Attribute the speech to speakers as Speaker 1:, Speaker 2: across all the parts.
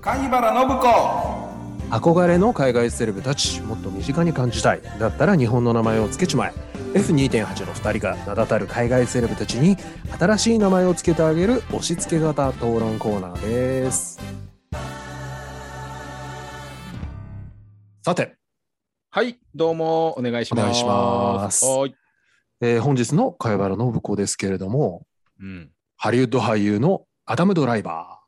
Speaker 1: 貝原信子
Speaker 2: 憧れの海外セレブたちもっと身近に感じたいだったら日本の名前を付けちまえ F2.8 の2人が名だたる海外セレブたちに新しい名前を付けてあげる押し付け型討論コーナーですさて、
Speaker 3: はい、どうもお願いします。
Speaker 2: お願いします
Speaker 3: はーい。
Speaker 2: えー本日の貝原信子ですけれども
Speaker 3: うん。
Speaker 2: ハリウッド俳優のアダム・ドライバ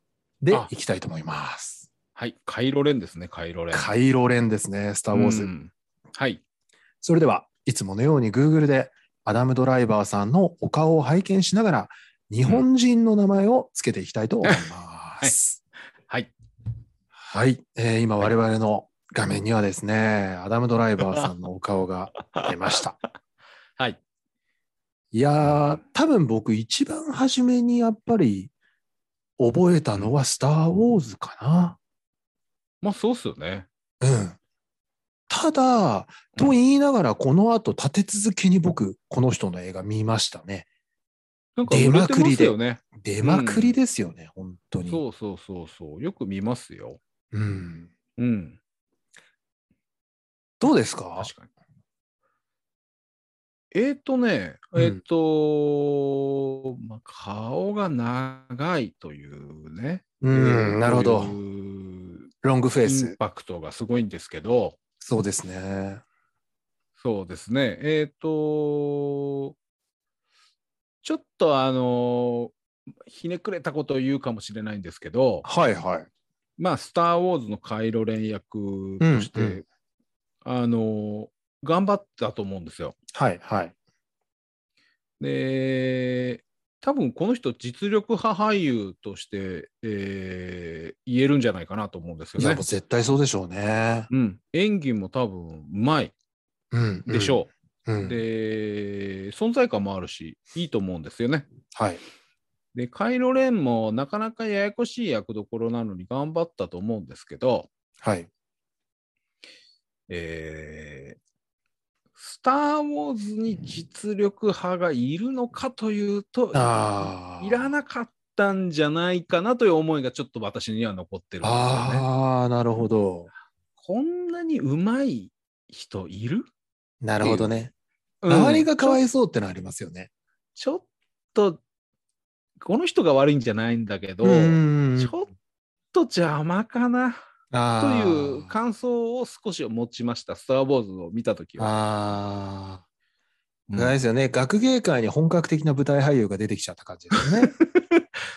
Speaker 2: ーで
Speaker 3: あ
Speaker 2: いきたいと思います
Speaker 3: はい、カイロレンですね、カイロレン。
Speaker 2: カイロレンですねスター・ウォーズ、
Speaker 3: うんはい。
Speaker 2: それではいつものように Google でアダム・ドライバーさんのお顔を拝見しながら日本人の名前をつけていきたいと思います。
Speaker 3: はい。
Speaker 2: はい、えー今我々の画面にはですねアダム・ドライバーさんのお顔が出ました。
Speaker 3: はい。
Speaker 2: いやー多分僕一番初めにやっぱり覚えたのは「スター・ウォーズ」か
Speaker 3: まあ、そうっすよね。
Speaker 2: な。うんただ、と言いながら、この後立て続けに僕、この人の映画見ましたね。
Speaker 3: なんか売れてますよね。
Speaker 2: 出まくりですよね、本当に。
Speaker 3: そうそうそうそう。よく見ますよ。
Speaker 2: うん、
Speaker 3: うん。
Speaker 2: どうですか
Speaker 3: 確かに。えっ、とね、
Speaker 2: うん
Speaker 3: えっ、と、まあ、顔が長いというね。
Speaker 2: うん、なるほど
Speaker 3: と。いう
Speaker 2: ロングフ
Speaker 3: イ
Speaker 2: ェイ
Speaker 3: ン
Speaker 2: ス。
Speaker 3: パクトがすごいんですけど、
Speaker 2: そうですね。
Speaker 3: そうですね。えっ、と、ちょっとあの、ひねくれたことを言うかもしれないんですけど、
Speaker 2: はいはい。
Speaker 3: まあ、スター・ウォーズのカイロ連役として、
Speaker 2: うんうん
Speaker 3: あの、頑張ったと思うんですよ。
Speaker 2: はいはい。
Speaker 3: で、多分この人、実力派俳優として、えー言えるんじゃないかなと思うんです
Speaker 2: い
Speaker 3: よ
Speaker 2: や、
Speaker 3: ね
Speaker 2: もう。絶対そうでしょうね。
Speaker 3: うん、演技も多分うまい
Speaker 2: うん。
Speaker 3: でしょ
Speaker 2: う。う
Speaker 3: う、
Speaker 2: ん、
Speaker 3: で存在感もあるしいいと思うんですよね。
Speaker 2: はい。
Speaker 3: でカイロ・レンもなかなかややこしい役どころなのに頑張ったと思うんですけど、
Speaker 2: はい。
Speaker 3: えースター・ウォーズに実力派がいるのかというと
Speaker 2: ああ。
Speaker 3: いらなかったんじゃないかなという思いがちょっと私には残ってるんですよね。
Speaker 2: ああ、なるほど。
Speaker 3: こんなにうまい人いる、
Speaker 2: なるほどね。
Speaker 3: うん
Speaker 2: 周りがかわいそうってのありますよね。
Speaker 3: ちょっと、この人が悪いんじゃないんだけど、
Speaker 2: ん
Speaker 3: ちょっと邪魔かなと
Speaker 2: あー
Speaker 3: いう感想を少し持ちました、スター・ウォーズを見たときは。
Speaker 2: あ
Speaker 3: う
Speaker 2: あ。
Speaker 3: ん
Speaker 2: あれですよね。学芸会に本格的な舞台俳優が出てきちゃった感じですね。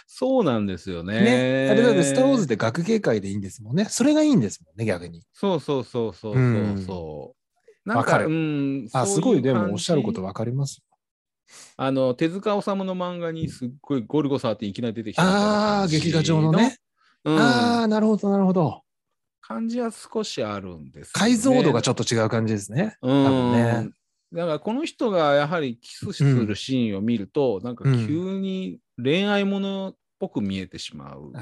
Speaker 3: そうなんですよね。
Speaker 2: ね、あれだって、スター・ウォーズって学芸会でいいんですもんね。それがいいんですもんね、逆に。
Speaker 3: そうそうそうそうそうそう。なん
Speaker 2: わかる
Speaker 3: うん、
Speaker 2: あ、すごい、でもおっしゃること
Speaker 3: は。
Speaker 2: わかります。
Speaker 3: あの、手塚治虫の漫画にすっごいゴルゴサーっていきなり出てきたみたいな
Speaker 2: ああ
Speaker 3: 感
Speaker 2: ー、
Speaker 3: じ
Speaker 2: 劇画上のね。
Speaker 3: うん
Speaker 2: ああ、なるほど、なるほど。
Speaker 3: 感じは少しあるんです、ね。
Speaker 2: 解像度が
Speaker 3: ょ
Speaker 2: ちょっと違う感じですね。
Speaker 3: っと
Speaker 2: 多分ね
Speaker 3: だからこの人がやはりキスするシーンを見ると、なんか急に恋愛ものっぽく見えてしまうの
Speaker 2: あー
Speaker 3: が、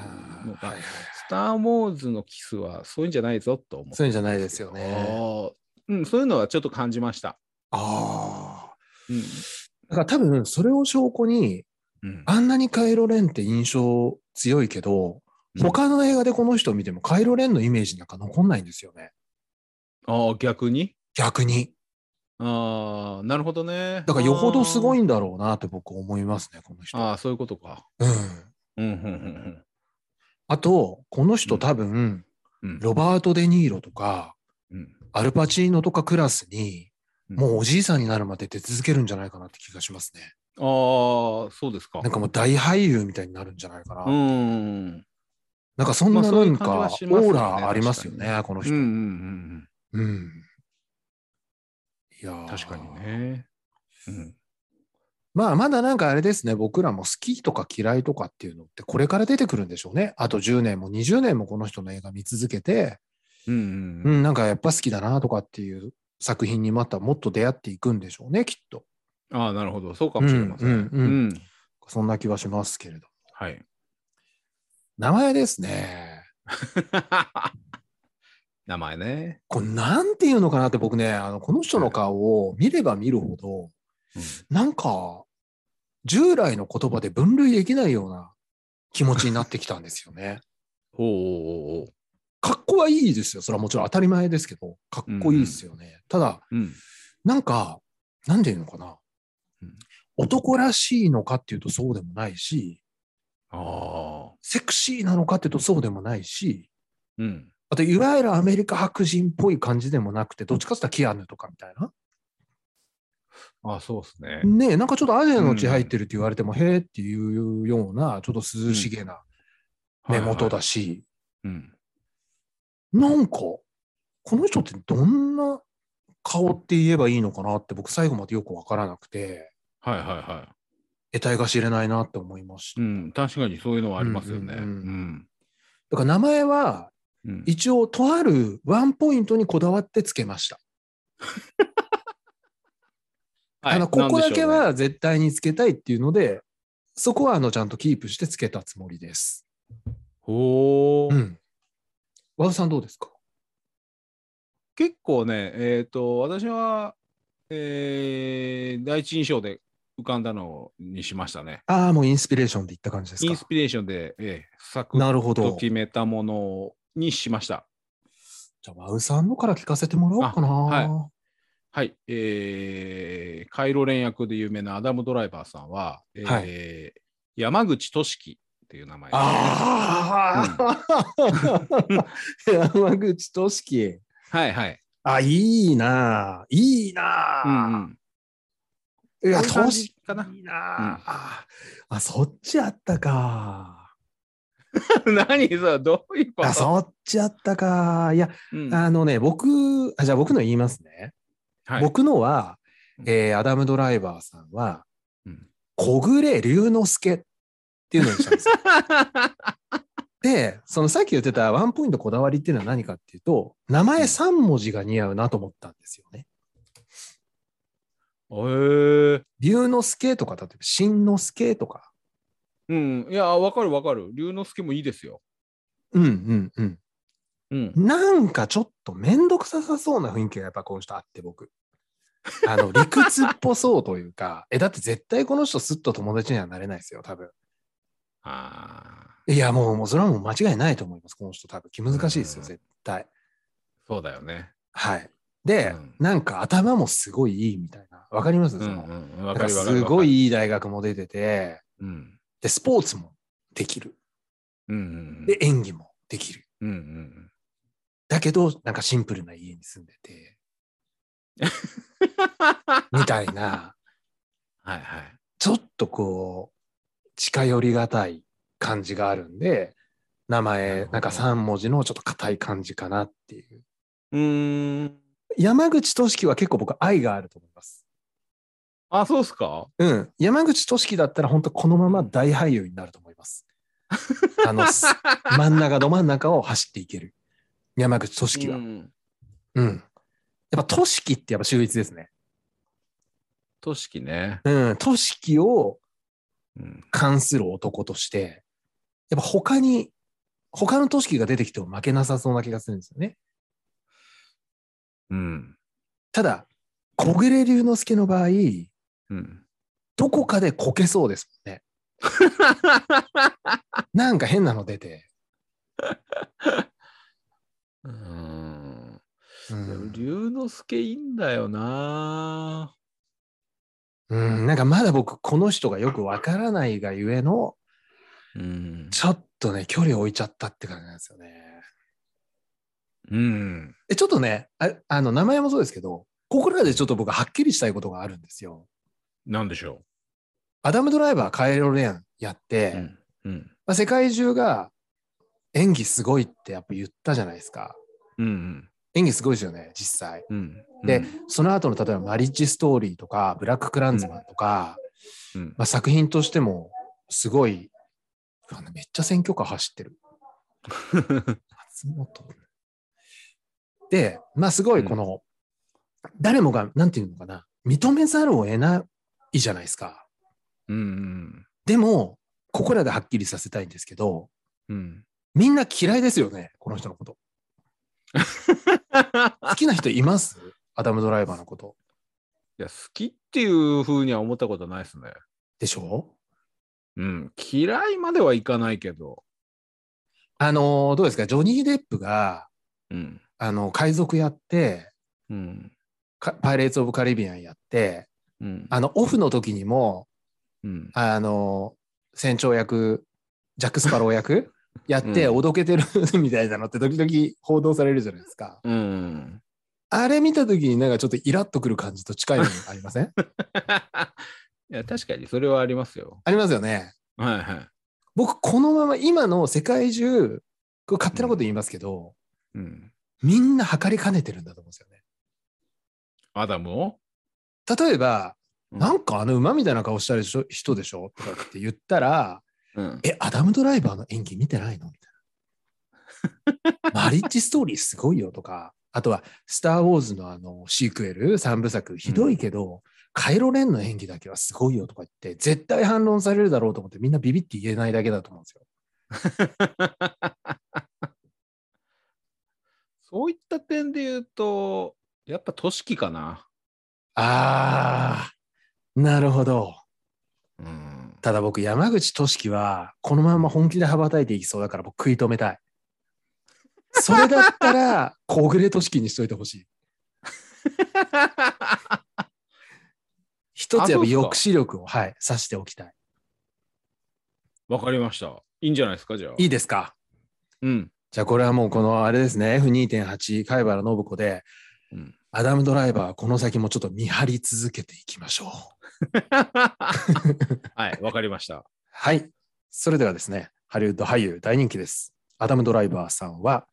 Speaker 2: はいはい
Speaker 3: スター・ウォーズのキスはそういうんじゃないぞと思って
Speaker 2: そういうんじゃないですよね。
Speaker 3: うん、そういうのはちょっと感じました。
Speaker 2: ああ。
Speaker 3: うん
Speaker 2: だから多分、それを証拠に、
Speaker 3: うん
Speaker 2: あんなにカイロレンって印象強いけど、
Speaker 3: うん
Speaker 2: 他の映画でこの人を見てもカイロレンのイメージなんか残んないんですよね。
Speaker 3: ああ、逆に
Speaker 2: 逆に。
Speaker 3: ああ、なるほどね。
Speaker 2: だからよほどすごい
Speaker 3: い。
Speaker 2: んだろうなって僕思いますね、この人。
Speaker 3: ああ、そういうことか。
Speaker 2: うん。
Speaker 3: うん、うん、うん
Speaker 2: あと、この人
Speaker 3: うん
Speaker 2: 多分、
Speaker 3: うん。
Speaker 2: ロバート・デ・ニーロとか、
Speaker 3: うん
Speaker 2: アルパチーノとかクラスに、
Speaker 3: うん
Speaker 2: もうおじいさんになるまで出続けるんじゃないかなって気がしますね。
Speaker 3: ああ、そうですか。
Speaker 2: なんかもう大俳優みたいになるんじゃないかな。
Speaker 3: うんうんうん。
Speaker 2: なんかそんな
Speaker 3: まあそうい
Speaker 2: な
Speaker 3: うん
Speaker 2: か、
Speaker 3: 感
Speaker 2: オ
Speaker 3: じはしますよね
Speaker 2: ーラありますよ
Speaker 3: 確か
Speaker 2: ね、この
Speaker 3: うん
Speaker 2: 人。
Speaker 3: う
Speaker 2: うん。
Speaker 3: うんん
Speaker 2: いや
Speaker 3: うん、
Speaker 2: ー
Speaker 3: 確かに。ね。うん、
Speaker 2: まあ、まだなんかあれですね、僕らも好きとか嫌いとかっていうのって、これから出てくるんでしょうね。あと10年も20年もこの人の映画見続けて、
Speaker 3: うんう
Speaker 2: うん
Speaker 3: うん
Speaker 2: ん、なんかやっぱ好きだなとかっていう作品にまたもっと出会っていくんでしょうね、きっと。
Speaker 3: ああ、なるほど。そうかもしれません。
Speaker 2: うんうんうん
Speaker 3: ん
Speaker 2: そんな気はしますけれど。
Speaker 3: はい。
Speaker 2: 名前ですね。
Speaker 3: 名前ね。
Speaker 2: これなんていうのかなって僕ね、あのこの人の顔を見れば見るほど、
Speaker 3: うん
Speaker 2: なんか 従来の言葉で分類できないような気持ちになってきたんですよね。
Speaker 3: おうおうおうおう
Speaker 2: かっこはいいですよ。それはもちろん当たり前ですけど、かっこいいですよね。ただ、
Speaker 3: うん
Speaker 2: なんか、なんていうのかな
Speaker 3: うん。
Speaker 2: 男らしいのかっていうとそうでもないし、
Speaker 3: ああ。
Speaker 2: セクシーなのかっていうとそうでもないし、
Speaker 3: うん。
Speaker 2: あと、いわゆるアメリカ白人っぽい感じでもなくて、どっちかって言ったらキアヌとかみたいな。
Speaker 3: あそうですね。
Speaker 2: ねえ、なんかちょっとアジアの血入ってるって言われても、へえっていうような、ちょっと涼しげな目元だ
Speaker 3: し。
Speaker 2: し、
Speaker 3: うん。
Speaker 2: なんか、この人ってどんな顔って言えばいいのかなって、僕最後までよくわからなくて、
Speaker 3: はいはいは
Speaker 2: 得体が知れないなって思いまし
Speaker 3: い。
Speaker 2: た。
Speaker 3: うん。確かにそういうのはありますよね。
Speaker 2: う
Speaker 3: うん
Speaker 2: うん
Speaker 3: ん。
Speaker 2: だから名前は、
Speaker 3: うん
Speaker 2: 一応、とあるワンポイントにこだわってつけました。
Speaker 3: はい
Speaker 2: あのここだ
Speaker 3: なん
Speaker 2: け、
Speaker 3: でしょうね
Speaker 2: は絶対につけたいっていうので、そこはあのちゃんとキープしてつけたつもりです。
Speaker 3: ほー
Speaker 2: うん。和田さんどうですか
Speaker 3: 結構ね、えっ、と、私は、えー、第一印象で浮かんだのにしましたね。
Speaker 2: ああ、もうインスピレーションでいった感じです
Speaker 3: インス
Speaker 2: か。
Speaker 3: ピレーションで、えー、サクッ
Speaker 2: なるほ
Speaker 3: と
Speaker 2: ど。じ
Speaker 3: 決めたものにしました。
Speaker 2: ゃあ、和田さんのから聞かせてもらおうかな。
Speaker 3: あはい、えー、カイロ連役で有名なアダム・ドライバーさんは、えー
Speaker 2: は
Speaker 3: 山口俊樹っていう名前で
Speaker 2: ああ 山口俊樹。
Speaker 3: はいはい。
Speaker 2: あ、いいなあいいなあ
Speaker 3: うんうん
Speaker 2: いや、
Speaker 3: こういう感
Speaker 2: 俊
Speaker 3: じ
Speaker 2: 樹
Speaker 3: かな。
Speaker 2: いいなああ、そっちあったか。
Speaker 3: 何さ、どういうこと
Speaker 2: あ、そっちあったか。いや、
Speaker 3: うん
Speaker 2: あのね、僕、あじゃあ僕の言いますね。
Speaker 3: はい
Speaker 2: 僕のは
Speaker 3: う、ん
Speaker 2: えーアダム・ドライバーさんは、
Speaker 3: うん
Speaker 2: 小暮龍之介っていうのにした んですよ。で、そのさっき言ってたワンポイントこだわりっていうのは何かっていうと、名前3文字が似合うなと思ったんですよね。
Speaker 3: へー
Speaker 2: 龍之介とか、例えば、新之介とか。
Speaker 3: うん、いや、わかるわかる。龍之介もいいですよ。
Speaker 2: うんうんうん。
Speaker 3: うん。
Speaker 2: なんかちょっとめんどくささそうな雰囲気がやっぱこの人あって僕。あの理屈っぽそうというか、 え、だって絶対この人すっと友達にはなれないですよ、多分。
Speaker 3: ああ、
Speaker 2: いや、もう、もうそれはもう間違いないと思います、この人多分。気難しいです
Speaker 3: う
Speaker 2: よ、
Speaker 3: ん
Speaker 2: 絶対。
Speaker 3: そうだよね。
Speaker 2: はい。で、
Speaker 3: うん
Speaker 2: なんか頭もすごいいいみたいな。わかります、
Speaker 3: うん
Speaker 2: その
Speaker 3: うん。わ
Speaker 2: だ
Speaker 3: か
Speaker 2: から
Speaker 3: るわかる。
Speaker 2: すごいいい大学も出てて、
Speaker 3: うん。
Speaker 2: で、スポーツもできる。
Speaker 3: うんうん。
Speaker 2: で、演技もできる。
Speaker 3: うんうん。
Speaker 2: だけど、なんかシンプルな家に住んで て、みたいな。
Speaker 3: はいはい。
Speaker 2: ちょっとこう、近寄りがたい感じがあるんで、
Speaker 3: な
Speaker 2: 名
Speaker 3: る
Speaker 2: 前
Speaker 3: ほ、ど
Speaker 2: なんか3文字のちょっと硬い感じかなっていう。
Speaker 3: うーん。
Speaker 2: 山口俊樹は結構僕愛があると思います。
Speaker 3: あ、そうっすか
Speaker 2: うん。山口俊樹だったら本当このまま大俳優になると思い ます。あの、す真ん中ど真ん中を走っていける。山口俊樹は。
Speaker 3: う
Speaker 2: うん。
Speaker 3: ん
Speaker 2: やっぱ俊樹ってやっぱ秀逸ですね。
Speaker 3: としきね。
Speaker 2: うん。俊樹を
Speaker 3: うん。
Speaker 2: 関する男として、やっぱ他に、他の都市が出てきても負けなさそうな気がするんですよね。
Speaker 3: うん。
Speaker 2: ただ、小暮龍之介の場合、
Speaker 3: うん。
Speaker 2: どこかでこけそうですもん ね。なんか変なの出て。
Speaker 3: うーん。
Speaker 2: う
Speaker 3: でも
Speaker 2: ん、
Speaker 3: 龍之介いいんだよな。
Speaker 2: うんなんかまだ僕、この人がよくわからないがゆえの、
Speaker 3: うん。
Speaker 2: ちょっとね、距離を置いちゃったって感じなんですよね。
Speaker 3: うん。
Speaker 2: えちょっとねあ、あの、名前もそうですけど、ここらでちょっと僕、はっきりしたいことがあるんですよ。
Speaker 3: なんでしょ
Speaker 2: アダム・ドライバー、カエロ・レーンやって、
Speaker 3: う。うん。うん。
Speaker 2: まあ、世界中が演技すごいってやっぱ言ったじゃないですか。
Speaker 3: うん。
Speaker 2: 演技すごいですよね、実際。
Speaker 3: うん。
Speaker 2: で、その後の例えばマリッジストーリーとか、ブラッククランズマンとか、
Speaker 3: うん、
Speaker 2: まあ、作品としてもすごい、あのめっちゃ選挙カー走ってる。松本。で、まあすごいこの、誰もが、なんていうのかな、認めざるを得ないじゃないですか。
Speaker 3: うん。
Speaker 2: でも、ここらではっきりさせたいんですけど、
Speaker 3: うん。
Speaker 2: みんな嫌いですよね、この人のこと。好きな人いますアダム・ドライバーのこと。
Speaker 3: いや、好きっていうふうには思ったことないですね。
Speaker 2: でしょ
Speaker 3: うん。嫌いまではいかないけど。
Speaker 2: あのーどうですか、ジョニー・デップが、
Speaker 3: うん。
Speaker 2: あの、海賊やって、
Speaker 3: うん。
Speaker 2: かパイレーツ・オブ・カリビアンやって、
Speaker 3: うん。
Speaker 2: あの、オフの時にも、
Speaker 3: うん。
Speaker 2: あのー船長役、ジャック・スパロ ー役やって、
Speaker 3: うん
Speaker 2: おどけてる みたいなのって時々報道されるじゃないですか。
Speaker 3: うん。
Speaker 2: あれ見た時になんかちょっとイラッとくる感じと近いのありま せん
Speaker 3: いや、確かにそれはありますよ。
Speaker 2: ありますよね。
Speaker 3: はいはい。
Speaker 2: 僕、このまま今の世界中、これ勝手なこと言いますけど、
Speaker 3: うん。
Speaker 2: みんな測りかねてるんだと思うんですよね。
Speaker 3: アダムを
Speaker 2: 例えば、
Speaker 3: うん
Speaker 2: なんかあの馬みたいな顔したでしょ人でしょとかって言ったら、
Speaker 3: うん。
Speaker 2: え、アダム・ドライバーの演技見てないのみた いな。マリッジ・ストーリーすごいよとか、あとは、スター・ウォーズのあのシークエル3部作、ひどいけど、カイロ・レンの演技だけはすごいよとか言って、絶対反論されるだろうと思って、みんなビビって言えないだけだと思うんですよ。
Speaker 3: そういった点で言うと、やっぱ都市かな。
Speaker 2: あー、なるほど。
Speaker 3: うん。
Speaker 2: ただ僕、山口俊樹は、このまま本気で羽ばたいていきそうだから、僕食い止めたい。それだったら、小暮俊樹にしといてほしい。一
Speaker 3: あ
Speaker 2: つや
Speaker 3: そう
Speaker 2: っ
Speaker 3: っ
Speaker 2: ぱ
Speaker 3: すか
Speaker 2: 抑止力を、はい、さしておきたい。
Speaker 3: わかりました。いいんじゃないですか、じゃあ。
Speaker 2: いいですか
Speaker 3: うん。
Speaker 2: じゃあこれはもうこのあれですね、F2.8 貝原信子で、
Speaker 3: うん。
Speaker 2: アダムドライバーはこの先もちょっと見張り続けていきましょう。
Speaker 3: はい、わかりました。
Speaker 2: はい。それではですね、ハリウッド俳優大人気です。アダムドライバーさんは、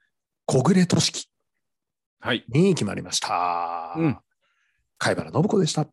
Speaker 2: 小暮俊樹
Speaker 3: はい。
Speaker 2: に決まりました。
Speaker 3: うん
Speaker 2: 貝原信子でした。